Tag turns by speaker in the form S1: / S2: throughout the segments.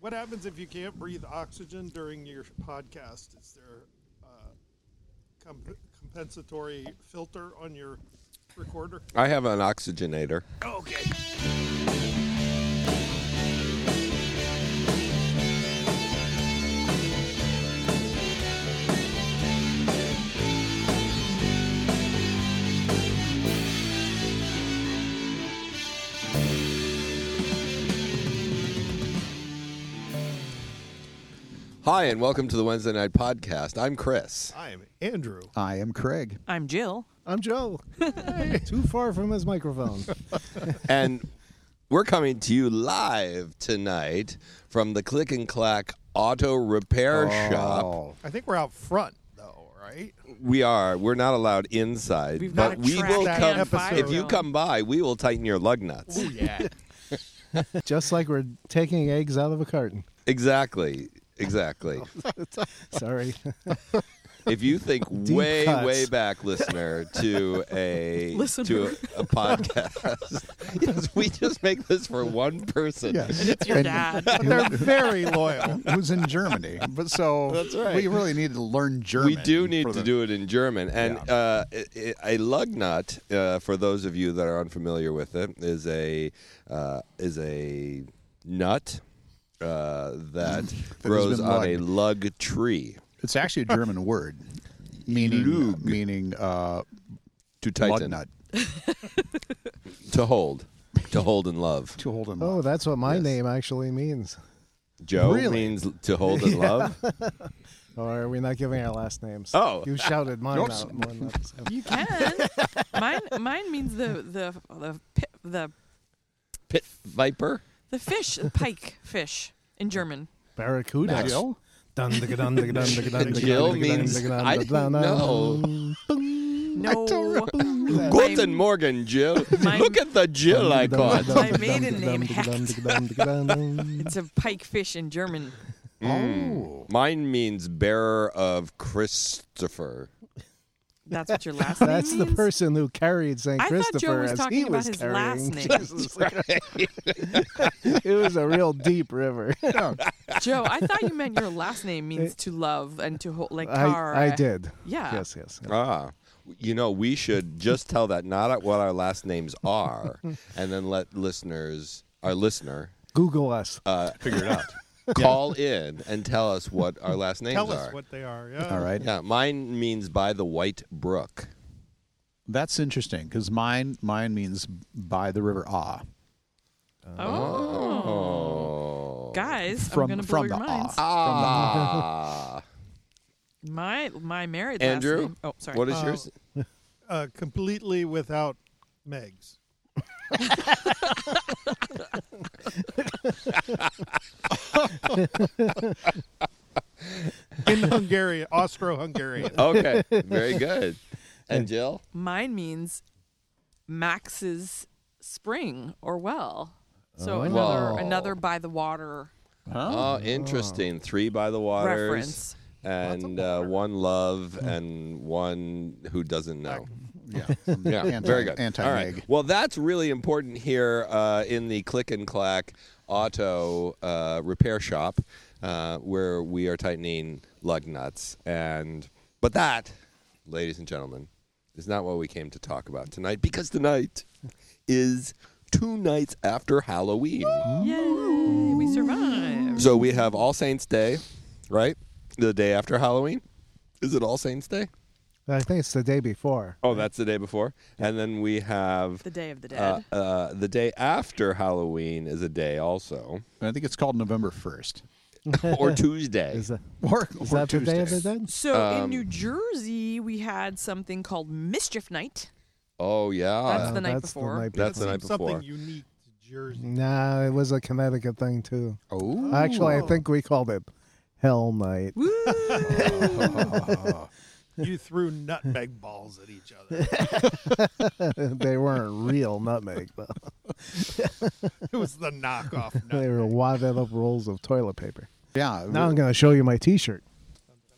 S1: What happens if you can't breathe oxygen during your podcast? Is there uh, comp- compensatory filter on your recorder?
S2: I have an oxygenator.
S1: Okay.
S2: Hi, and welcome to the Wednesday Night Podcast. I'm Chris.
S1: I'm Andrew.
S3: I am Craig.
S4: I'm Jill.
S5: I'm Joe. Too far from his microphone.
S2: And we're coming to you live tonight from the Click and Clack Auto Repair Shop.
S3: Oh,
S1: I think we're out front, though, right?
S2: We are. We're not allowed inside,
S4: We've
S2: but
S4: got a
S2: we
S4: track
S2: will
S1: that
S2: come.
S1: episode.
S2: If you come by, we will tighten your lug nuts.
S1: yeah.
S5: Just like we're taking eggs out of a carton.
S2: Exactly. Exactly.
S5: Sorry.
S2: If you think way,
S5: cuts.
S2: way back, listener, to a
S4: Listener.
S2: to a, a podcast, yes, we just make this for one person.
S3: yes.
S4: Your dad.
S1: But they're very loyal.
S3: Who's in Germany? But so
S2: That's right.
S3: we really need to learn German.
S2: We do need
S3: for
S2: to
S3: the-
S2: do it in German. And uh, i- i- a lug nut, uh, for those of you that are unfamiliar with it, is a uh, is a nut uh, that grows
S3: been
S2: on a lug tree.
S3: It's actually a German word, meaning meaning uh,
S2: To
S3: lug
S2: tighten,
S3: nut
S2: to hold, to hold in love.
S3: to hold him.
S5: Oh,
S3: up.
S5: that's what my
S2: Yes.
S5: name actually means.
S2: Joe
S5: Really?
S2: means to hold in love.
S5: Or are we not giving our last names?
S2: Oh.
S5: You shouted mine
S3: Oops.
S5: out. more than that, so.
S4: you can. Mine. Mine means the the the pi- the
S2: Pit viper.
S4: the fish the pike fish in German.
S5: Barracuda.
S3: Max. Jill?
S5: Dun, digga, dun, digga, dun, digga, dun, digga,
S2: Jill
S5: dun, digga,
S2: means-
S5: dun, digga, dun,
S2: I
S5: digga, dun,
S2: don't
S5: dun,
S2: know.
S5: dun,
S4: No.
S2: Guten Morgen, Jill.
S4: My-
S2: Look at the Jill
S5: dun, dun,
S2: icon.
S5: dun,
S4: My
S5: dun,
S4: maiden name,
S5: dun, dun, dun, digga, dun, digga, dun, dun.
S4: It's a pike fish in German.
S2: Mm. Mine means bearer of Christopher.
S4: That's what your last name
S5: That's the
S4: means?
S5: person who carried St.
S4: I thought Joe
S5: Christopher
S4: was
S5: as
S4: talking
S5: he
S4: about
S5: was
S4: his
S5: carrying.
S4: last name.
S5: Jesus Christ. it was a real deep river.
S4: Joe, I thought you meant your last name means to love and to hold like car.
S5: I, I did.
S4: Yeah.
S5: Yes, yes.
S2: Ah, you know, we should just tell that not what our last names are, and then let listeners, our listener,
S5: Google us.
S2: uh, figure it out. Call in and tell us what our last names
S1: Tell
S2: are.
S1: us what they are. Yeah.
S3: All right.
S2: yeah, mine means by the white brook.
S3: That's interesting because mine mine means by the river Ah.
S2: Oh,
S4: Guys, I'm
S3: From-
S4: gonna blow
S3: from
S4: your
S3: the
S4: minds.
S2: ah,
S4: My my married
S2: Andrew,
S4: last name. Oh, sorry.
S2: What is
S1: Uh,
S2: yours?
S1: Uh, completely without Megs. In Hungarian, Austro-Hungarian.
S2: Okay, very good. And Jill,
S4: Mine means Max's spring or well.
S2: Oh.
S4: So another
S2: Wow.
S4: another by the water
S2: oh, interesting. Three by the waters.
S4: reference.
S2: and uh, one love and one who doesn't know.
S3: Yeah.
S2: Yeah,
S3: Anti-
S2: very good.
S3: Anti
S2: All right. Well, that's really important here uh, in the Click and Clack Auto uh, Repair Shop, uh, where we are tightening lug nuts. And but that, ladies and gentlemen, is not what we came to talk about tonight because tonight is two nights after Halloween.
S4: Yay, we survived.
S2: So we have All Saints Day, right? The day after Halloween. Is it All Saints Day?
S5: I think it's the day before.
S2: Oh, that's the day before. And then we have
S4: The Day of the
S2: uh,
S4: Dead.
S2: uh, the day after Halloween is a day also,
S3: I think it's called November first.
S2: or Tuesday.
S5: Is that,
S3: Or,
S5: is
S3: or
S5: that the day of the
S3: Tuesday.
S5: dead?
S4: so in
S2: um,
S4: New Jersey, we had something called Mischief Night.
S2: oh yeah,
S4: That's the night
S5: Uh, that's
S4: before.
S5: The night
S2: That's the
S1: Seems
S2: night before.
S1: Something unique to Jersey.
S5: Nah, it was a Connecticut thing too.
S2: Oh,
S5: Actually, I think we called it Hell Night.
S4: Woo!
S1: You threw nutmeg balls at each other.
S5: they weren't real nutmeg, though.
S1: It was the knockoff
S5: They
S1: nutmeg.
S5: were wadded up rolls of toilet paper.
S3: Yeah.
S5: Now I'm going to show you my T-shirt.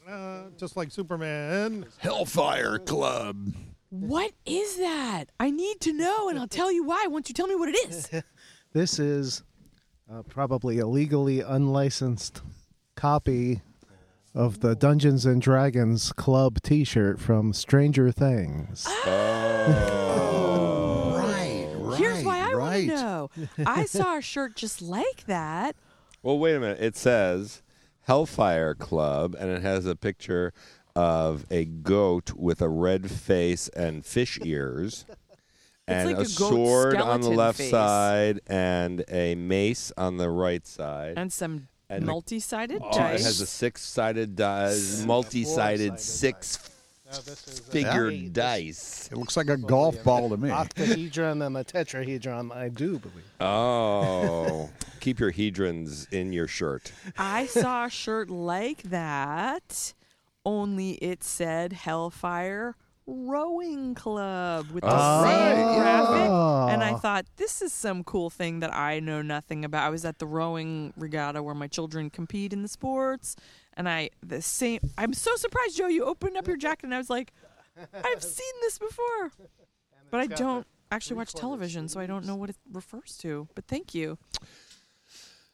S1: Uh, just like Superman.
S3: Hellfire Club.
S4: what is that? I need to know, and I'll tell you why once you tell me what it is.
S5: This is uh, probably illegally unlicensed copy of the Dungeons and Dragons Club T-shirt from Stranger Things.
S4: Ah.
S2: Right, right.
S4: Here's why I want to know. I saw a shirt just like that.
S2: Well, wait a minute. It says Hellfire Club, and it has a picture of a goat with a red face and fish ears, and
S4: like
S2: a,
S4: a goat
S2: sword on the
S4: skeleton
S2: left
S4: face.
S2: side, and a mace on the right side.
S4: And some
S2: And the-
S4: multi-sided
S2: Oh, it
S4: dice.
S2: has a six-sided dice, multi-sided six-figure dice.
S3: It looks like a golf ball to me.
S5: Octahedron and a tetrahedron, I do believe.
S2: Oh, keep your hedrons in your shirt.
S4: I saw a shirt like that, only it said Hellfire Rowing Club with the
S2: Oh.
S4: same
S2: Right, yeah.
S4: graphic. And I thought, this is some cool thing that I know nothing about. I was at the rowing regatta where my children compete in the sports. And I, the same, I'm so surprised, Joe, you opened up your jacket and I was like, I've seen this before. But I don't actually watch television, so I don't know what it refers to. But thank you.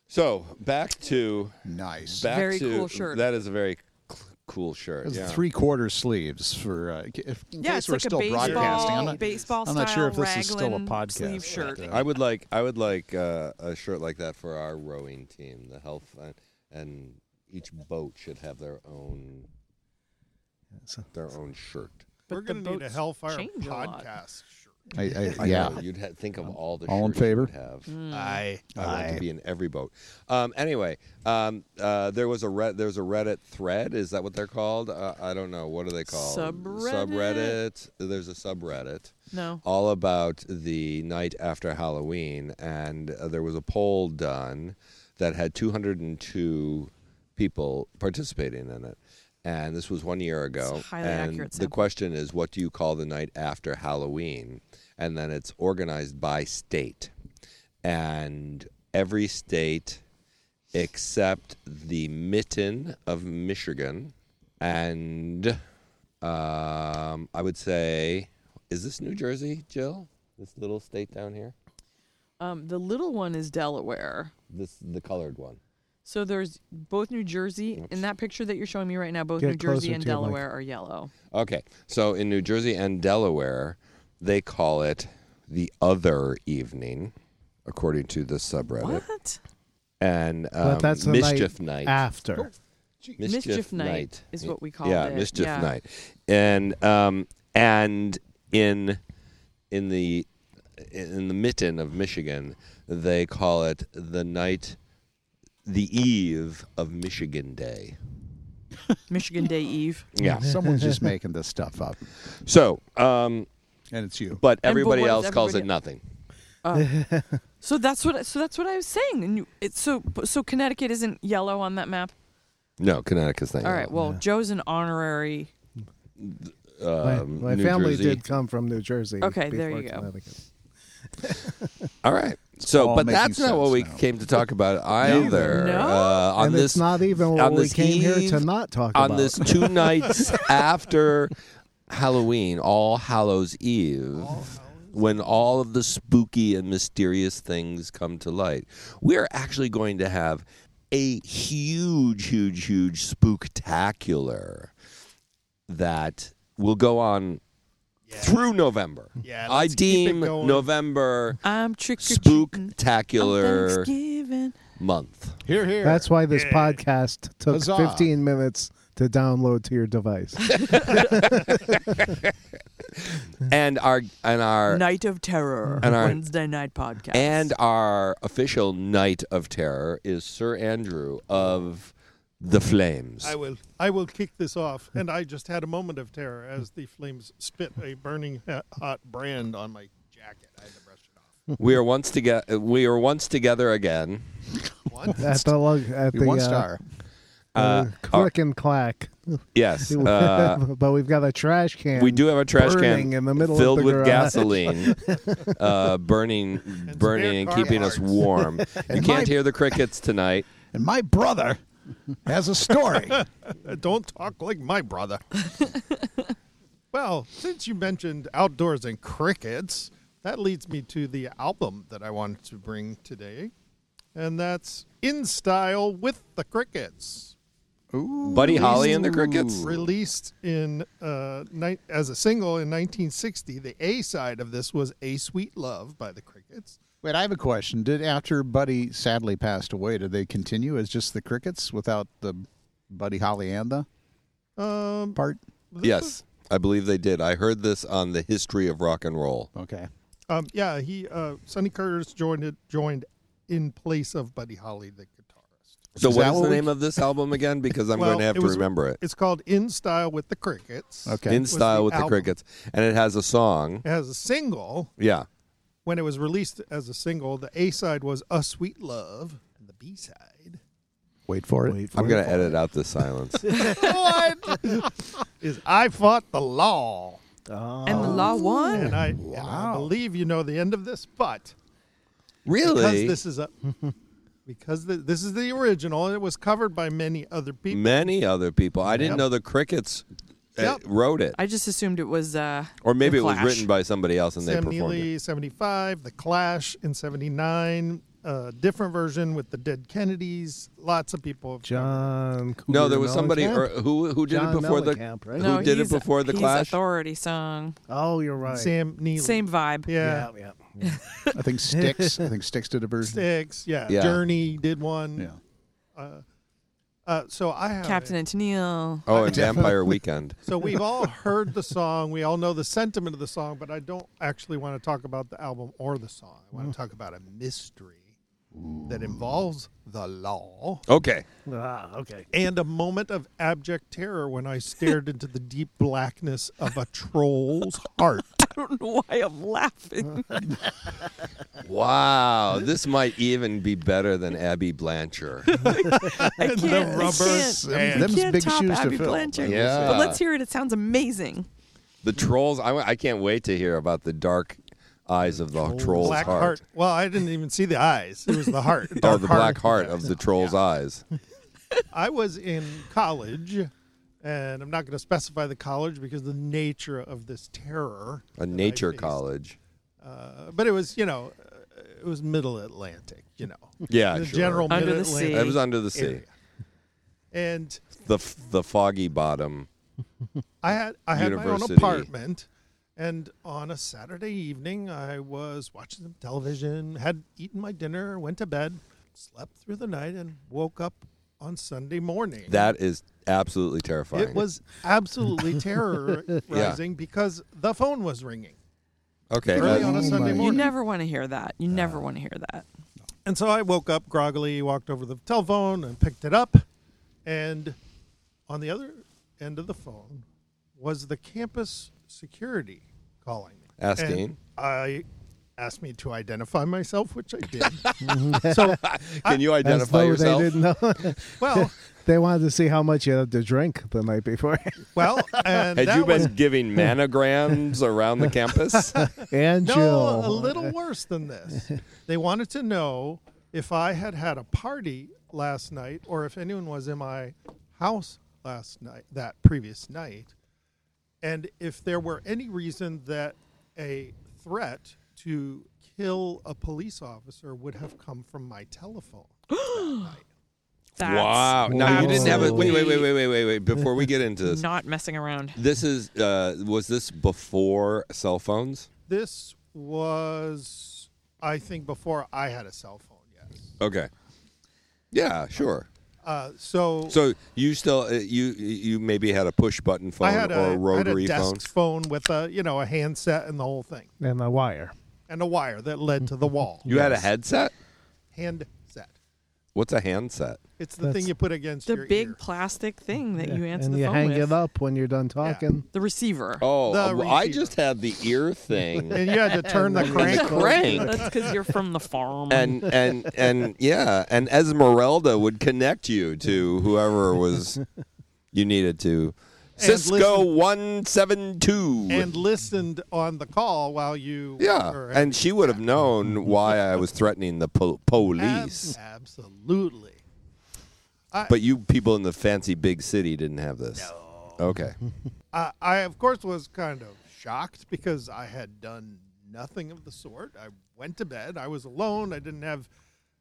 S2: So back to
S3: Nice.
S2: back
S4: Very
S2: to
S4: cool shirt.
S2: that is a very cl- cool shirt.
S3: It's
S2: yeah.
S3: Three quarter sleeves for uh, if, in
S4: Yeah,
S3: case
S4: it's
S3: we're
S4: like
S3: still
S4: a baseball,
S3: broadcasting. I'm not,
S4: baseball
S3: I'm not sure if
S4: style
S3: this is still a
S4: raglan
S3: podcast,
S4: Sleeve
S3: but,
S4: shirt.
S3: uh,
S2: I would like I would like uh, a shirt like that for our rowing team. The health and, and each boat should have their own their own shirt.
S4: But
S1: We're
S4: the
S1: going to need a
S4: boats
S1: Hellfire
S4: change a lot.
S1: podcast shirt.
S3: I, I,
S2: I
S3: yeah.
S2: know, you'd ha- think of all the
S3: All in
S2: shirts you
S3: favor?
S2: would have.
S4: Mm. Hmm.
S1: Aye.
S2: I want to be in every boat. Um, anyway, um, uh, there was a re- there's a Reddit thread. Is that what they're called? Uh, I don't know. What are they called?
S4: Subreddit.
S2: Subreddit. There's a subreddit.
S4: No.
S2: all about the night after Halloween, and uh, there was a poll done that had 202 people participating in it. And this was one year ago.
S4: It's a highly
S2: Oh, and
S4: accurate
S2: the
S4: sample.
S2: question is, what do you call the night after Halloween? And then it's organized by state, and every state except the Mitten of Michigan and um, I would say, is this New Jersey, Jill? This little state down here?
S4: Um, the little one is Delaware.
S2: This the colored one.
S4: So there's both New Jersey in that picture that you're showing me right now. Both
S5: Get
S4: New Jersey
S5: closer
S4: and
S5: to your mic.
S4: Delaware are yellow.
S2: Okay, so in New Jersey and Delaware, they call it the other evening, according to the subreddit,
S4: What?
S2: and um,
S5: But that's the
S2: mischief
S5: night,
S2: night.
S5: after.
S4: Mischief night is what we called
S2: yeah,
S4: it,
S2: Mischief
S4: yeah.
S2: night, and um, and in in the in the mitten of Michigan, they call it the night, the eve of Michigan Day.
S4: Michigan Day Eve.
S2: Yeah.
S3: Someone's just making this stuff up,
S2: So, um,
S3: and it's you.
S2: but
S4: but
S2: everybody
S4: what does
S2: else calls it
S4: everybody-
S2: nothing.
S4: Uh, So that's what. So that's what I was saying. And you, it's so. So Connecticut isn't yellow on that map.
S2: No, Connecticut's not.
S4: All right. Well, Joe's an honorary.
S5: My,
S2: um,
S5: my
S2: New
S5: family
S2: Jersey.
S5: did come from New Jersey.
S4: Okay, there
S5: before
S4: you go.
S5: Connecticut.
S2: All right. So,
S3: all
S2: but
S3: making
S2: that's not what
S3: sense
S2: we
S3: now.
S2: came to talk about either.
S4: No.
S2: Uh, on
S5: and
S2: this
S5: it's not even what
S2: on
S5: we
S2: this
S5: came here to
S2: eve-
S5: not talk
S2: on
S5: about.
S2: this two nights after Halloween, All Hallows Eve, when all of the spooky and mysterious things come to light, we're actually going to have a huge, huge, huge spooktacular that will go on through November.
S1: Yeah,
S2: I
S1: let's keep it
S2: deem
S1: going.
S2: November
S4: I'm trick or treating on
S2: spooktacular
S4: Thanksgiving.
S2: month.
S3: Here, here.
S5: That's why this podcast took
S3: Huzzah.
S5: 15 minutes to download to your device.
S2: And our and our
S4: Night of Terror.
S2: And our-
S4: Wednesday night podcast.
S2: Mm-hmm. And our official Knight of Terror is Sir Andrew of the Flames.
S1: I will. I will kick this off, and I just had a moment of terror as the flames spit a burning ha- hot brand on my jacket. I had to brush it
S2: we are once together. We are once together again.
S1: off. What?
S5: at the lug, at the
S3: one
S5: uh,
S3: star.
S5: uh,
S2: Uh,
S5: click and clack.
S2: Yes, uh,
S5: but we've got a trash can.
S2: we do have a trash
S5: burning
S2: can
S5: in the middle of
S2: filled
S5: the
S2: with
S5: garage.
S2: gasoline, uh, burning, burning,
S1: spare
S2: and
S1: car
S2: keeping us
S1: parts.
S2: warm. you
S3: And
S2: can't
S3: my-
S2: hear the crickets tonight.
S3: And my brother has a story.
S1: Uh, Don't talk like my brother. well, since you mentioned outdoors and crickets, that leads me to the album that I wanted to bring today. and that's In Style with the Crickets,
S2: Buddy Holly and the Crickets.
S1: released in uh, ni- as a single in 1960. The A side of this was "A Sweet Love" by the Crickets.
S3: Wait, I have a question. Did after Buddy sadly passed away, did they continue as just the crickets without the Buddy Holly and the
S1: Um,
S3: part?
S1: this was-
S2: Yes, I believe they did. I heard this on the history of rock and roll.
S3: Okay.
S1: um, yeah, he uh, Sonny Curtis joined it joined in place of Buddy Holly, the guitarist.
S2: So
S3: Is
S2: what
S3: that
S2: is the
S3: what we-
S2: name of this album again? Because I'm
S1: Well,
S2: going to have
S1: it
S2: to
S1: was-
S2: remember it.
S1: It's called In Style with the Crickets.
S3: Okay.
S2: In
S1: was
S2: style
S1: the
S2: with the
S1: album.
S2: crickets, and it has a song.
S1: It has a single.
S2: Yeah,
S1: When it was released as a single, the A side was "A Sweet Love," and the B side
S3: Wait for it.
S2: I'm going to edit out the silence.
S1: is "I Fought the Law."
S4: and the law won.
S1: And I, and I believe you know the end of this, but because
S2: really,
S1: this is a because the, this is the original, it was covered by many other people.
S2: many other people. I didn't
S1: Yep.
S2: know the crickets uh,
S1: Yep.
S2: wrote it,
S4: I just assumed it was. Uh,
S2: or maybe it
S4: The
S2: was
S4: Clash.
S2: written by somebody else and they
S1: Sam
S2: performed it.
S1: Neely, seventy-five, The Clash in seventy-nine, a different version with the Dead Kennedys. Lots of people. have covered
S5: John.
S2: No, there was somebody or,
S5: Mellencamp?
S2: who who did
S5: John
S2: it before the
S5: Mellencamp, right?
S2: who did it
S4: he's-
S2: before the
S4: he's
S2: Clash?
S4: Authority song.
S5: Oh, you're right.
S1: Sam Neely.
S4: Same vibe.
S1: Yeah.
S5: Yeah, yeah. yeah.
S3: I think Sticks. I think Sticks did a version.
S1: Sticks. Yeah.
S2: Yeah.
S1: Journey did one.
S3: Yeah.
S1: Uh, so I have
S4: Captain and Tennille.
S2: Oh, and Vampire Weekend.
S1: So we've all heard the song. We all know the sentiment of the song, but I don't actually want to talk about the album or the song. I
S2: Mm.
S1: want to talk about a mystery that involves the law
S2: Okay,
S5: Ah, okay.
S1: and a moment of abject terror when I stared into the deep blackness of a troll's heart.
S4: I don't know why I'm laughing.
S2: wow, this might even be better than Abby Blanchard.
S4: I can't. I can't.
S3: sand. Them's
S4: I can't
S3: big
S4: top
S3: shoes to
S4: Abby
S3: fill.
S4: Blanchard.
S2: Yeah.
S4: But let's hear it. It sounds amazing.
S2: The trolls. I, I can't wait to hear about the dark eyes of the troll's
S1: Black
S2: heart.
S1: Well, I didn't even see the eyes. It was the heart.
S2: Oh,
S1: dark
S2: the black heart of the troll's eyes.
S1: I was in college, and I'm not going to specify the college because the nature of this terror.
S2: A nature
S1: faced.
S2: college.
S1: Uh, but it was, you know, uh, it was middle Atlantic, you know.
S2: Yeah,
S1: the
S2: sure.
S1: general
S4: Under
S1: mid
S4: the sea.
S2: It was under the sea.
S1: area. And
S2: The f- the foggy bottom.
S1: I had I had my own
S2: University.
S1: apartment, and on a Saturday evening, I was watching some television, had eaten my dinner, went to bed, slept through the night, and woke up on Sunday morning.
S2: That is absolutely terrifying.
S1: it was absolutely terrorizing because the phone was ringing
S2: okay.
S1: early
S2: uh,
S1: on a Sunday
S4: You
S1: morning.
S4: never want to hear that. You never want to hear that.
S1: And so I woke up groggily, walked over to the telephone and picked it up. And on the other end of the phone was the campus security calling me.
S2: Asking?
S1: And I asked me to identify myself, which I did. so,
S2: can you
S5: As
S2: identify
S5: though
S2: yourself?
S5: they didn't know.
S1: well,
S5: they wanted to see how much you had to drink the night before,
S1: well, and
S2: Had
S1: that
S2: you been
S1: was
S2: giving manograms around the campus?
S5: and
S1: no, a
S5: Jill.
S1: little worse than this. They wanted to know if I had had a party last night or if anyone was in my house last night, that previous night, and if there were any reason that a threat to kill a police officer would have come from my telephone.
S4: That's
S2: wow. Now you didn't have a wait, wait, wait,
S4: absolutely
S2: wait, wait, wait, wait. Before we get into this.
S4: Not messing around.
S2: This is uh was this before cell phones?
S1: This was, I think, before I had a cell phone. Yes.
S2: Okay. Yeah, sure.
S1: Uh, so,
S2: So you still uh, you you maybe had a push button phone
S1: I had a,
S2: or
S1: I
S2: a
S1: had a
S2: rotary phone.
S1: desk phone with a you know a handset and the whole thing.
S5: and the wire.
S1: and a wire that led to the wall.
S2: Mm-hmm. You had a headset?
S1: handset.
S2: What's a handset?
S1: It's the
S5: That's-
S1: thing you put against
S4: The
S1: your
S4: big
S1: ear.
S4: plastic thing that
S5: Yeah,
S4: you answer
S5: and
S4: the
S5: you
S4: phone
S5: hang
S4: with.
S5: it up when you're done talking.
S4: The receiver.
S2: Oh,
S1: The
S2: uh, well, I
S1: receiver.
S2: just had the ear thing.
S1: and you had to turn the crank.
S2: Crank.
S4: That's because you're from the farm.
S2: And and and yeah, and Esmeralda would connect you to whoever was you needed to. Cisco
S1: listen-
S2: one seven two.
S1: And listened on the call while you.
S2: Yeah,
S1: were-
S2: and she would have known why I was threatening the po-
S1: Ab-
S2: police.
S1: absolutely.
S2: But you people in the fancy big city didn't have this. No. Okay.
S1: I, I of course was kind of shocked because I had done nothing of the sort. I went to bed. I was alone. I didn't have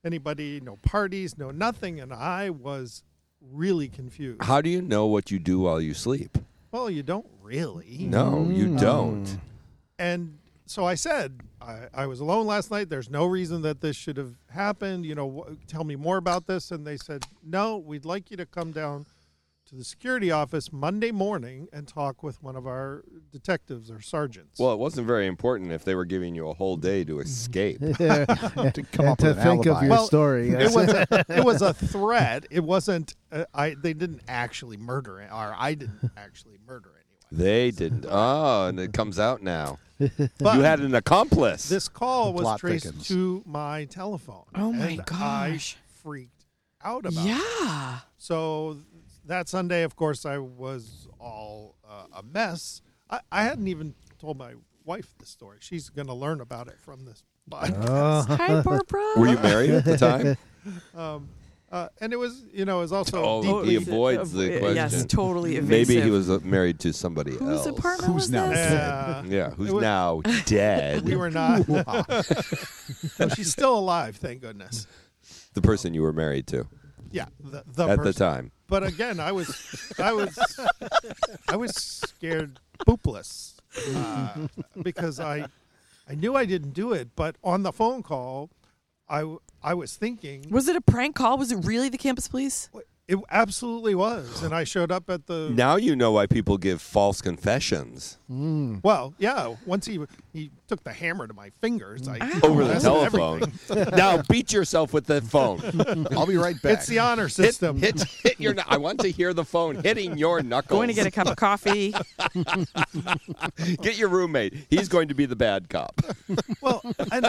S1: anybody, no parties, no nothing. And I was really confused.
S2: How do you know what you do while you sleep?
S1: Well, you don't really.
S2: No, you
S1: Mm.
S2: don't.
S1: And so I said, I, I was alone last night. There's no reason that this should have happened. You know, wh- tell me more about this. And they said, no, we'd like you to come down to the security office Monday morning and talk with one of our detectives or sergeants.
S2: Well, it wasn't very important if they were giving you a whole day to escape.
S3: to come
S5: and
S3: up
S5: to
S3: with an
S5: think of
S3: alibi.
S5: your
S1: Well,
S5: story.
S1: it was a, it was a threat. It wasn't. Uh, I they didn't actually murder it, or I didn't actually murder anyone.
S2: they didn't. Oh, and it comes out now.
S1: But
S2: you had an accomplice.
S1: this call was
S3: plot
S1: traced
S3: thickens.
S1: to my telephone.
S4: Oh my
S1: and I
S4: gosh.
S1: freaked out about. it.
S4: Yeah.
S1: So th- that Sunday, of course, I was all uh, a mess. I, I hadn't even told my wife the story. She's going to learn about it from this podcast.
S4: Hi, Barbara.
S2: were you married at the time?
S1: Um, uh, and it was, you know, it was also
S2: Oh,
S1: deep-
S2: He avoids the
S4: Uh, Yes,
S2: question.
S4: totally evasive.
S2: Maybe he was uh, married to somebody else.
S4: Whose apartment
S3: Who's
S4: was
S3: now
S4: this?
S1: Yeah.
S2: Yeah, who's
S1: It was-
S2: now dead?
S1: uh, we were not. No, she's still alive, thank goodness.
S2: the person you were married to
S1: Yeah, the, the
S2: at the
S1: person.
S2: time.
S1: But again, I was, I was, I was scared boopless uh, because I, I knew I didn't do it. But on the phone call, I, w- I was thinking
S4: Was it a prank call? Was it really the campus police?
S1: it absolutely was, and I showed up at the
S2: Now you know why people give false confessions
S1: well, yeah. Once he he took the hammer to my fingers, I
S2: over the
S1: that's
S2: telephone.
S1: everything.
S2: now beat yourself with the phone.
S3: I'll be right back.
S1: It's the honor
S2: Hit,
S1: system.
S2: hit, hit your. kn- I want to hear the phone hitting your knuckles.
S4: Going to get a cup of coffee.
S2: Get your roommate. He's going to be the bad cop.
S1: Well, and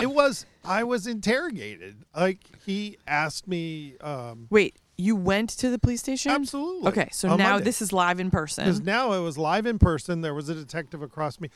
S1: it was I was interrogated. Like he asked me, um,
S4: Wait, you went to the police station?
S1: Absolutely.
S4: Okay, so
S1: On
S4: now
S1: Monday.
S4: this is live in person.
S1: because now it was live in person. There was a detective across me.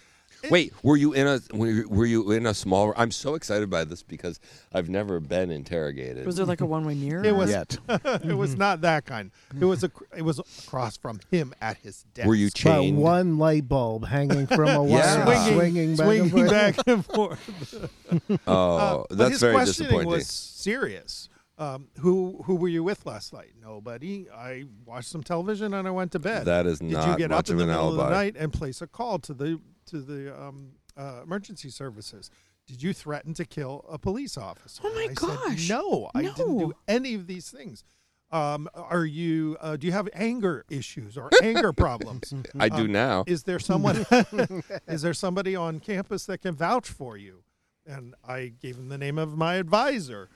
S1: It-
S2: Wait, were you in a were you- were you in a small? I'm so excited by this because I've never been interrogated.
S4: Was there like a one-way mirror?
S1: It was
S3: Yet.
S1: it was
S5: Mm-hmm.
S1: not that kind. It was a it was across from him at his desk.
S2: were you
S5: But
S2: chained?
S5: one light bulb hanging from a wire,
S2: Yeah.
S1: swinging,
S5: swinging, back
S1: swinging
S5: and forth.
S1: back and forth?
S2: Oh,
S1: Uh, but
S2: that's
S1: his
S2: very
S1: questioning
S2: disappointing.
S1: was serious. Um, who who were you with last night? Nobody. I watched some television and I went to bed.
S2: That is
S1: Did
S2: not
S1: you get up
S2: much
S1: in
S2: of
S1: the
S2: an
S1: middle of the
S2: alibi.
S1: night and place a call to the to the um, uh, emergency services? Did you threaten to kill a police officer?
S4: Oh my
S1: And I said,
S4: gosh.
S1: no, I didn't
S4: No.
S1: do any of these things. Um, are you? Uh, do you have anger issues or anger problems?
S2: I do now.
S1: is there someone is there somebody on campus that can vouch for you and i gave him the name of my advisor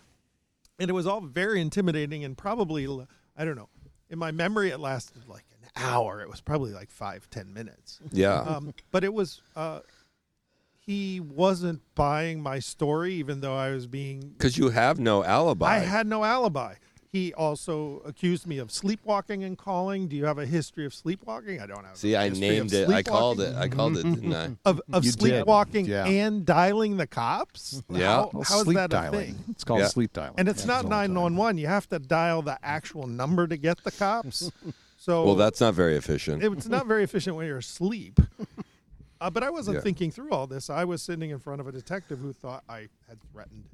S1: and it was all very intimidating and probably l- i don't know in my memory it lasted like an hour it was probably like five ten minutes
S2: Yeah.
S1: um, but it was uh, he wasn't buying my story even though i was being
S2: Because you have no alibi.
S1: I had no alibi. He also accused me of sleepwalking and calling. Do you have a history of sleepwalking? I don't have.
S2: See,
S1: a
S2: I
S1: history of
S2: named it. I called
S1: sleepwalking.
S2: it. I called it, didn't I?
S1: Of, of
S3: You did.
S1: sleepwalking
S3: Yeah.
S1: and dialing the cops.
S2: Yeah.
S1: How-
S3: Well,
S1: how is
S3: sleep
S1: that
S3: dialing.
S1: a thing?
S3: It's called
S2: Yeah.
S3: sleep dialing.
S1: And it's
S3: Yeah,
S1: not
S3: all the time.
S1: nine one one. You have to dial the actual number to get the cops. So
S2: Well, that's not very efficient.
S1: it's not very efficient when you're asleep. Uh, but I wasn't
S2: Yeah.
S1: thinking through all this. I was sitting in front of a detective who thought I had threatened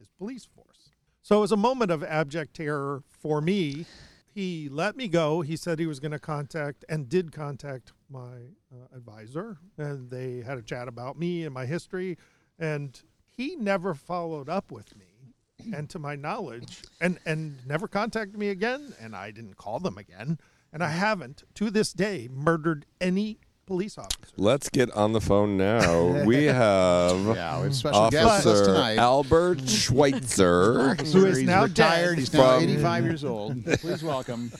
S1: his police force. So it was a moment of abject terror for me. He let me go. He said he was going to contact and did contact my uh, advisor, and they had a chat about me and my history. And he never followed up with me, and to my knowledge, and and never contacted me again. And I didn't call them again, and I haven't to this day murdered any police officer.
S2: Let's get on the phone now. We have
S3: Yeah, we have special guest with us
S2: Officer
S3: tonight.
S2: Albert Schweitzer.
S1: Who is
S3: He's
S1: now
S3: retired.
S1: dead.
S3: He's now
S2: From-
S3: 85 years old. Please welcome.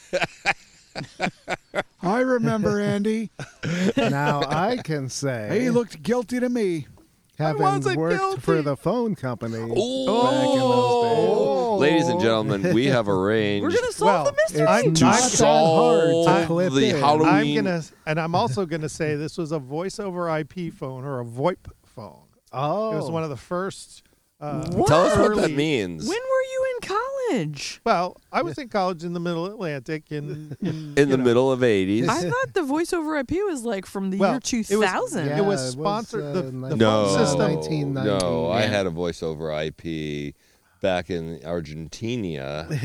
S6: I remember Andy.
S5: Now I can say,
S6: He looked guilty to me.
S5: having
S1: wasn't
S5: worked for
S1: guilty.
S5: the phone company back in those days,
S2: Oh. Ladies and gentlemen, we have arranged
S4: We're gonna
S1: Well,
S4: solve the mystery.
S5: it's
S1: I'm-
S5: not that hard
S2: solve
S5: to
S1: I-
S5: clip
S2: the
S5: in.
S2: Halloween-
S1: I'm gonna, and I'm also gonna say this was a voice over IP phone or a VoIP phone.
S5: Oh,
S1: It was one of the first. Uh,
S4: What?
S2: Tell us what that
S1: early-
S2: means.
S4: when were you in college?
S1: Well, I was in college in the Middle Atlantic, in in,
S2: in
S1: you
S2: the
S1: know,
S2: middle of 80s.
S4: I thought the voiceover IP was like from the
S1: Well,
S4: year
S1: it was-
S4: 2000.
S5: Yeah,
S1: it was
S5: it was,
S1: sponsored.
S5: uh,
S1: the, the
S5: nineteen-
S2: no,
S1: phone system.
S5: Nineteen-
S2: no, I
S5: yeah.
S2: had a voice over IP back in Argentina. Um,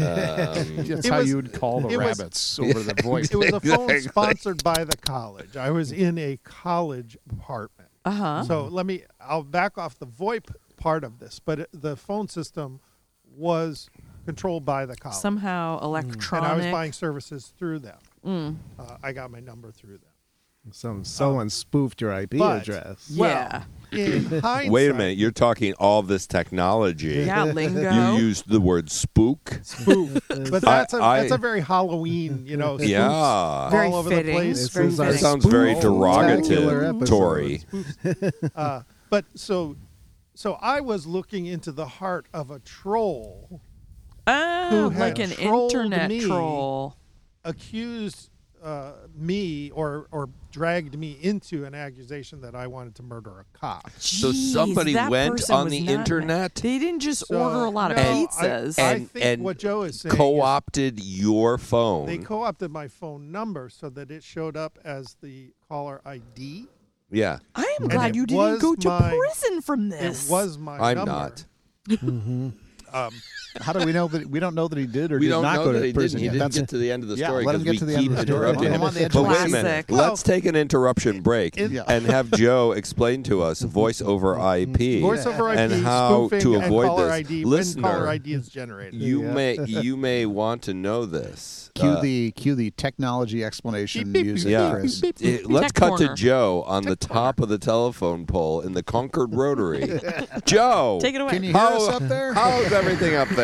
S3: That's
S1: It
S3: how
S1: was-
S3: you would call the
S1: it was-
S3: rabbits over the voice.
S1: It was a phone
S2: Exactly.
S1: sponsored by the college. I was in a college apartment.
S4: Uh huh.
S1: So let me, I'll back off the VoIP part of this, but it- the phone system was controlled by the college.
S4: Somehow
S1: Hmm. and
S4: electronic.
S1: I was buying services through them.
S4: Mm.
S1: Uh, I got my number through them.
S5: Some someone spoofed your IP
S1: but-
S5: address.
S1: well,
S4: yeah.
S1: In hindsight,
S2: wait a minute, you're talking all this technology.
S4: Yeah, lingo.
S2: You used the word spook.
S1: Spoof. But that's a
S2: I-
S1: that's a very Halloween, you know. spoof
S2: Yeah.
S4: Very
S1: all over
S4: fitting.
S1: the place.
S5: This
S4: very
S5: is our
S2: That sounds very
S5: spooftacular
S2: derogative,
S5: episode.
S2: Tory.
S1: Uh, but so, so I was looking into the heart of a troll
S4: oh,
S1: who had
S4: like an
S1: trolled
S4: internet
S1: me.
S4: troll.
S1: accused uh, me or or dragged me into an accusation that I wanted to murder a cop.
S2: So
S4: Jeez,
S2: somebody
S4: that
S2: went
S4: person
S2: on
S4: was
S2: the
S4: not nice.
S2: internet?
S4: They didn't just
S1: So,
S4: order a lot
S1: no,
S4: of
S1: I-
S4: pizzas.
S1: I,
S2: And-
S1: think
S2: and
S1: what Joe is saying. is
S2: Co-opted your phone.
S1: They co-opted my phone number so that it showed up as the caller ID.
S2: yeah,
S4: I am
S1: And
S4: glad
S1: it
S4: you
S1: was
S4: didn't go to
S1: my-
S4: prison from this.
S1: It was my
S2: I'm
S1: number.
S2: not.
S3: How do we know that we don't know that he did or
S2: we
S3: did
S2: don't
S3: not
S2: know
S3: go
S2: that
S3: to
S2: he didn't.
S3: prison?
S2: He
S3: yet?
S2: didn't
S3: That's
S2: get to the end of the
S3: Yeah,
S2: story
S3: let him
S2: because we
S3: get to the end
S2: keep
S3: of the story.
S2: interrupting
S3: I'm
S2: him.
S3: on the edge
S2: But
S3: of my
S2: wait a
S4: seat.
S2: minute.
S4: Classic.
S2: Let's take an interruption break
S1: It-
S3: Yeah.
S2: and have Joe explain to us voice over
S3: Mm-hmm.
S2: IP
S1: Voice over IP
S2: and how
S1: spoofing,
S2: to
S1: and
S2: avoid
S1: caller
S2: this.
S1: ID
S2: Listener,
S1: when caller ID is generated.
S2: you
S5: Yeah.
S2: may you may want to know this.
S3: Cue
S2: Uh,
S3: the cue the technology explanation
S1: Beep, beep,
S3: music,
S2: yeah.
S3: Chris.
S2: Uh, let's
S4: Tech
S2: cut to
S4: corner.
S2: Joe on the top of the telephone pole in the Concord Rotary. Joe,
S4: Take it away.
S3: Can you hear
S2: How-
S3: us up there?
S2: how's everything up there?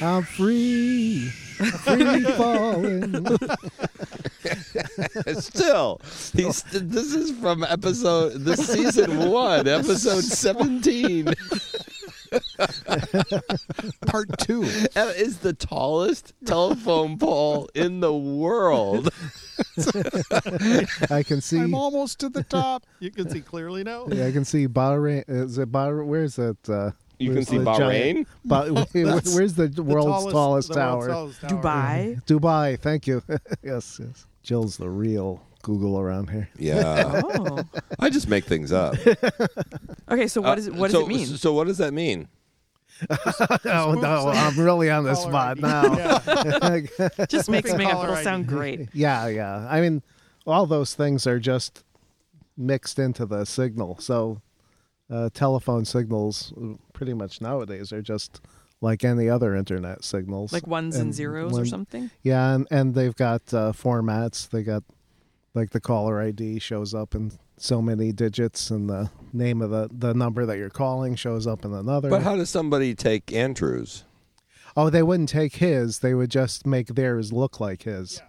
S5: I'm free, free falling.
S2: Still, he's, this is from episode this season one, episode seventeen.
S3: Part two.
S2: That is the tallest telephone pole in the world.
S5: I can see.
S3: I'm almost to the top.
S1: You can see clearly now.
S5: yeah, I can see Bahrain. Is it Bahrain? Where's that? Uh,
S2: You
S5: where's
S2: can see
S5: the giant- Bah-
S1: That's
S5: where's the world's
S1: the
S5: tallest,
S1: the
S5: tower?
S1: world's tallest tower.
S4: Dubai.
S5: Dubai. Thank you. yes, yes. Jill's the real Google around here.
S2: Yeah,
S4: Oh.
S2: I just make things up.
S4: Okay, so what, is it, what does
S2: Uh, so,
S4: it mean?
S2: So what does that mean?
S5: Oh no, I'm really on the
S1: Caller
S5: spot
S1: ID.
S5: now.
S1: Yeah.
S4: Just makes
S1: Spoofing
S4: me up.
S1: caller
S4: It'll
S1: ID.
S4: sound great.
S5: yeah, yeah. I mean, all those things are just mixed into the signal. So uh, telephone signals, uh, pretty much nowadays, are just like any other internet signals,
S4: Like ones and, zeros or
S5: one-
S4: something?
S5: Yeah, and and they've got uh, formats. They got like the caller ID shows up in so many digits, and the name of the the number that you're calling shows up in another.
S2: But how does somebody take Andrews?
S5: oh, they wouldn't take his. They would just make theirs look like his.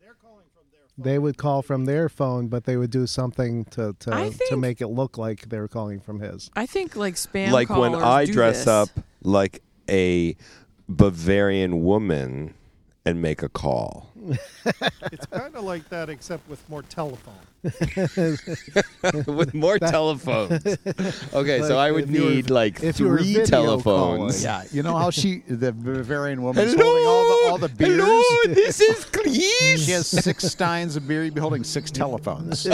S1: They're calling from their phone.
S5: They would call from their phone, but they would do something to to,
S4: I
S5: to
S4: think-
S5: make it look like they were calling from his.
S4: I think like spam
S2: like when
S4: callers
S2: I
S4: do
S2: dress
S4: this.
S2: up like a Bavarian woman and make a call.
S1: It's kind of like that, except with more telephone.
S2: with more telephones. Okay, so I would
S5: if you were-
S2: need like
S5: if you were
S2: three
S5: video
S2: telephones.
S3: Yeah,
S5: calling.
S3: you know how she, the Bavarian woman, is
S2: Hello,
S3: holding all the, all the beers.
S2: hello, this is
S3: She has
S2: Cleese.
S3: six steins of beer. You'd be holding six telephones.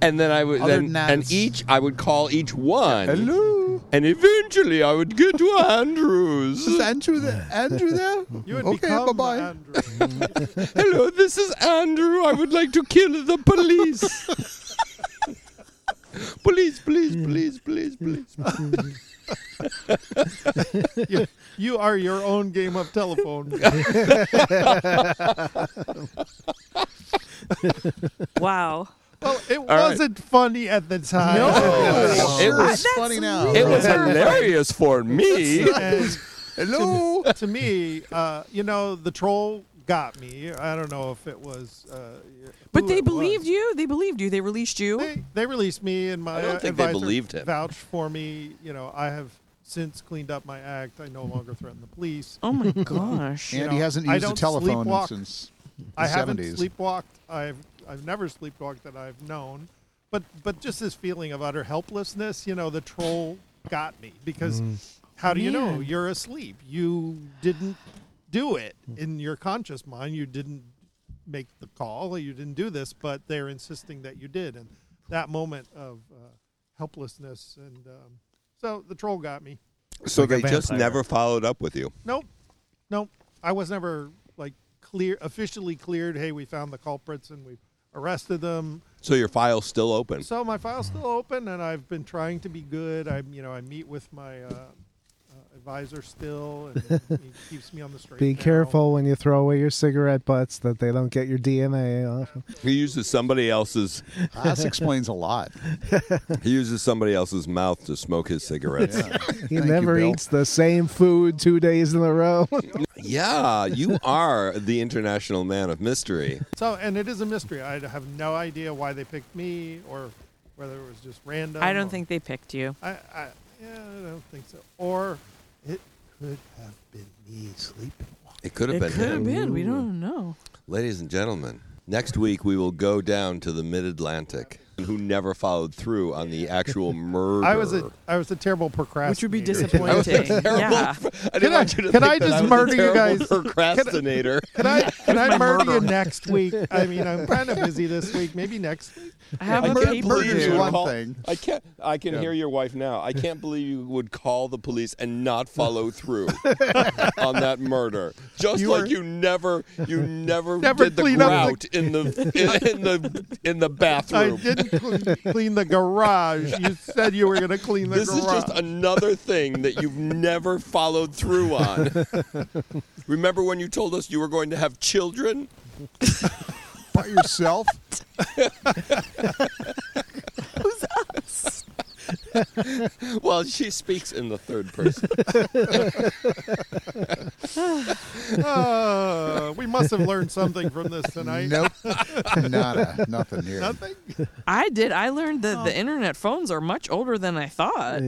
S2: and then I would
S3: Other
S2: then and
S3: nuts.
S2: each I would call each one.
S3: hello,
S2: And eventually I would get to Andrews.
S3: is Andrew there? Andrew there?
S1: You would
S3: okay,
S1: become
S3: bye bye.
S1: Andrew.
S2: Hello, this is Andrew. I would like to kill the police. Please, please, please, please, please.
S1: you, you are your own game of telephone.
S4: Wow.
S1: Well, it
S2: right.
S1: wasn't funny at the time.
S2: No. It
S3: Sure
S2: was-
S3: is funny now.
S2: It was hilarious for me.
S1: And
S3: Hello.
S1: to me, uh, you know, the troll got me. I don't know if it was. Uh,
S4: But
S1: who
S4: they
S1: it was.
S4: believed you. They believed you. They released you.
S1: They, they released me, and my
S2: I don't think they
S1: advisor
S2: believed him.
S1: vouched for me. You know, I have since cleaned up my act. I no longer threaten the police.
S4: oh my gosh.
S1: Yeah.
S3: And
S1: know,
S3: he hasn't
S1: I
S3: used a
S1: don't
S3: telephone
S1: sleepwalk.
S3: since
S1: I
S3: the
S1: haven't
S3: 70s.
S1: sleepwalked. I've I've never sleepwalked that I've known, but but just this feeling of utter helplessness. You know, the troll got me because how do you know
S4: Man.
S1: you're asleep? You didn't do it in your conscious mind. You didn't make the call. You didn't do this, but they're insisting that you did, and that moment of uh, helplessness and um, so the troll got me.
S2: So
S5: Like a
S2: they just
S5: vampire.
S2: never followed up with you.
S1: Nope. Nope. I was never like clear officially cleared, hey, we found the culprits and we arrested them.
S2: So your file's still open.
S1: So my file's still open and I've been trying to be good. I'm you know, I meet with my uh, uh, advisor still and he keeps me on the straight.
S5: Be
S1: and narrow.
S5: careful when you throw away your cigarette butts that they don't get your DNA off.
S2: He uses somebody else's
S3: This explains a lot.
S2: he uses somebody else's mouth to smoke his cigarettes. Yeah,
S5: He
S3: Thank you,
S5: never
S3: Bill.
S5: eats the same food two days in a row.
S2: you are the international man of mystery.
S1: So and it is a mystery. I have no idea why they picked me or whether it was just random.
S4: I
S1: or-
S4: don't think they picked you.
S1: I, I, yeah, I don't think so. Or it could have been me sleeping.
S2: It could have
S4: It
S2: been
S4: could have
S2: him.
S4: been. We don't know.
S2: Ladies and gentlemen, next week we will go down to the mid Atlantic. Who never followed through on the actual murder?
S1: I was a I was a terrible procrastinator.
S4: Which would be
S2: I was a
S4: disappointing.
S2: terrible.
S4: yeah.
S2: I didn't
S1: I-
S2: want you to
S1: can
S2: think
S1: I
S2: that
S1: just
S2: was a
S1: murder you
S2: terrible
S1: guys?
S2: Procrastinator.
S1: Can I can I murder you next week? I mean, I'm kind of busy this week. Maybe next week.
S4: I have
S2: I
S4: a
S2: can't
S4: paper
S2: believe
S3: Murder's
S2: you
S4: due.
S3: one
S2: call-
S3: thing.
S2: I can't. I can hear your wife now. I can't believe you would call the police and not follow through on that murder. Just
S1: You
S2: like
S1: were-
S2: you never, you never,
S1: Never
S2: did the
S1: clean up
S2: grout in the in, the in the
S1: I
S2: bathroom.
S1: didn't cl- clean the garage. You said you were going to clean the
S2: This
S1: garage.
S2: is just another thing that you've never followed through on. Remember when you told us you were going to have children?
S3: By yourself?
S2: Well, she speaks in the third person.
S1: Uh, we must have learned something from this tonight.
S3: nope. Nada. Nothing here.
S1: Nothing.
S4: I did. I learned that the internet phones are much older than I thought.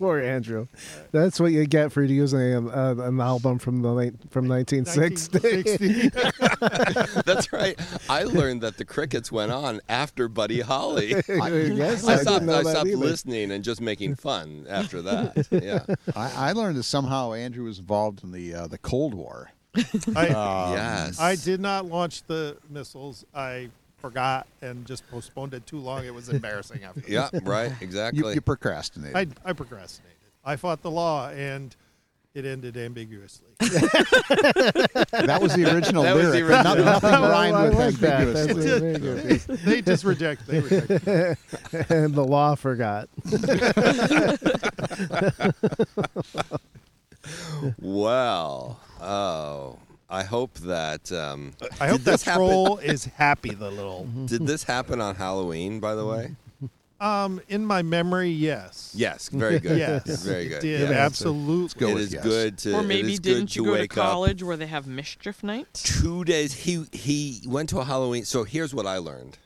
S5: Poor Andrew. That's what you get for using a, a, an album from the late, from 1960.
S1: 1960.
S2: That's right. I learned that the crickets went on after Buddy Holly.
S5: yes,
S2: I
S5: didn't
S2: stopped,
S5: know
S2: I
S5: that
S2: stopped
S5: either.
S2: listening and just making fun after that. Yeah.
S3: I, I learned that somehow Andrew was involved in the uh, the Cold War.
S2: Oh.
S3: Um,
S1: I,
S2: yes.
S1: Um, I did not launch the missiles. I forgot and just postponed it too long. It was embarrassing after.
S2: Yeah, right. Exactly.
S3: You, you procrastinated.
S1: I, I procrastinated. I fought the law and it ended ambiguously.
S3: that was the original
S2: That was the
S3: lyric.
S2: original.
S3: Not- nothing
S5: Oh,
S3: rhymed
S5: I
S3: with
S5: like that.
S3: ambiguously.
S5: That's ambiguous.
S1: they just reject. They reject. it.
S5: and the law forgot.
S2: Well, oh, I hope that. Um,
S1: I
S2: did
S1: hope that
S2: this happen-
S1: troll is happy. The little.
S2: Did this happen on Halloween? By the way.
S1: Um, in my memory, yes.
S2: Yes. Very good.
S1: Yes.
S2: Very
S1: it
S2: good.
S1: Did
S2: yes.
S1: absolutely.
S3: go
S2: It
S3: with
S2: is
S3: yes.
S2: good to.
S4: or
S2: it
S4: maybe
S2: is good
S4: didn't you
S2: to
S4: go to
S2: wake up
S4: college where they have mischief night?
S2: two days he he went to a halloween so here's what i learned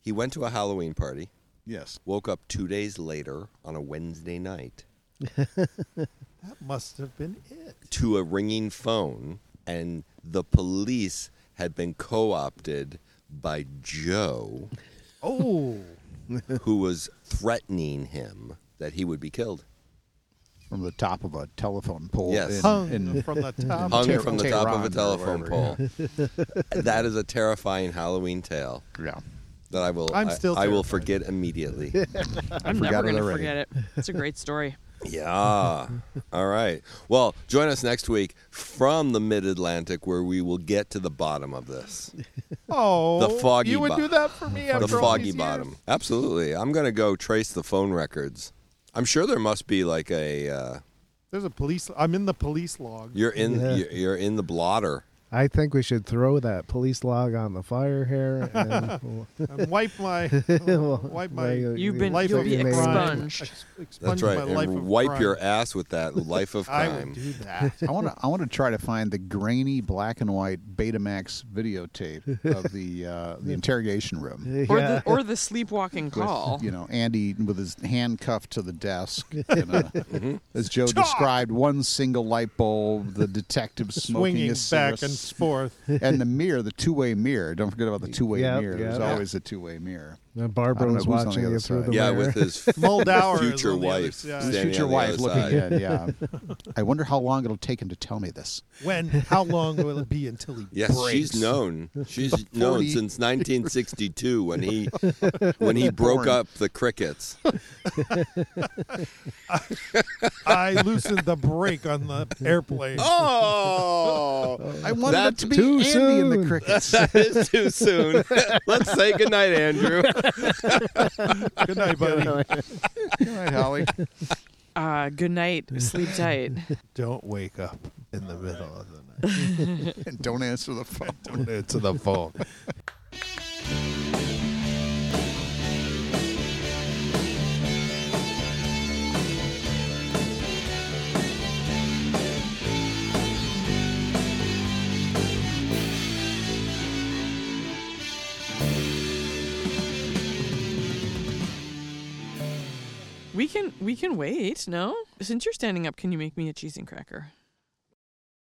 S2: he went to a halloween party
S3: Yes.
S2: woke up two days later on a wednesday night
S1: That must have been it.
S2: to a ringing phone and the police had been co-opted by joe
S1: Oh,
S2: who was threatening him that he would be killed
S3: From the top of a telephone pole.
S2: Yes.
S3: in-
S1: hung
S3: in-
S1: from the top.
S2: hung
S3: Ter-
S2: from the top of a
S3: Tehran or
S2: telephone pole
S3: wherever,
S2: that is a terrifying halloween tale
S3: yeah.
S2: that i will
S1: I'm
S2: I-
S1: still
S2: I will
S1: terrified.
S2: forget immediately
S4: I'm never
S3: forgot it
S4: going to
S3: already.
S4: forget it. It's a great story.
S2: Yeah. All right. Well, join us next week from the Mid Atlantic where we will get to the bottom of this.
S1: Oh,
S2: The foggy
S1: You would
S2: bo-
S1: do that for me
S2: The
S1: after all
S2: foggy
S1: these
S2: bottom.
S1: years?
S2: Absolutely. I'm going to go trace the phone records. I'm sure there must be like a uh,
S1: There's a police. I'm in the police log.
S2: you're in
S5: Yeah.
S2: you're, you're in the blotter.
S5: I think we should throw that police log on the fire here. And
S1: And wipe my uh, wipe my
S5: Well,
S4: You've been
S1: life
S4: you'll
S1: of
S4: be
S5: crime.
S4: expunged.
S1: Ex- expunge
S2: That's right.
S1: my life of
S2: And wipe
S1: crime.
S2: your ass with that life of
S1: I would
S2: crime.
S1: do that.
S3: I want to. I want to try to find the grainy black and white Betamax videotape of the uh, the interrogation room.
S5: yeah.
S4: Or, the, or the sleepwalking
S3: With,
S4: call.
S3: you know, Andy with his handcuffed to the desk. and, uh, As Joe described, one single light bulb, the detective smoking
S1: Swinging
S3: his
S1: back and August fourth.
S3: and the mirror, the two-way mirror. Don't forget about the two-way
S5: Yep,
S3: mirror. There's
S5: yep.
S3: always a two-way mirror.
S5: And
S3: I
S5: Barbara
S3: don't
S5: was
S3: know who's on
S5: watching
S3: the other
S5: you through
S3: side.
S5: the
S2: yeah,
S5: mirror.
S2: with his
S1: Moldauer is
S2: future
S1: on the other
S2: wife.
S1: side.
S2: standing
S3: His
S2: on
S3: future
S2: the
S3: Uh, wife
S2: other
S3: looking
S2: side.
S3: in. Yeah. I wonder how long it'll take him to tell me this.
S1: When? How long will it be until he?
S2: Yes, she's
S3: breaks.
S2: known. She's known
S3: 40
S2: since 1962 when he when he broke
S3: Born.
S2: up the crickets.
S1: I loosened the brake on the airplane.
S2: Oh,
S3: I wanted
S2: That's
S3: it to be
S5: too
S3: Andy and the
S5: soon.
S3: crickets.
S2: that is too soon. Let's say goodnight, Andrew.
S1: Good night, buddy.
S3: All right, Holly.
S4: Uh, good night. Sleep tight.
S1: Don't wake up in the middle of the night.
S3: And don't answer the phone.
S1: Don't answer the phone.
S4: We can we can wait. No, since you're standing up, can you make me a cheese and cracker?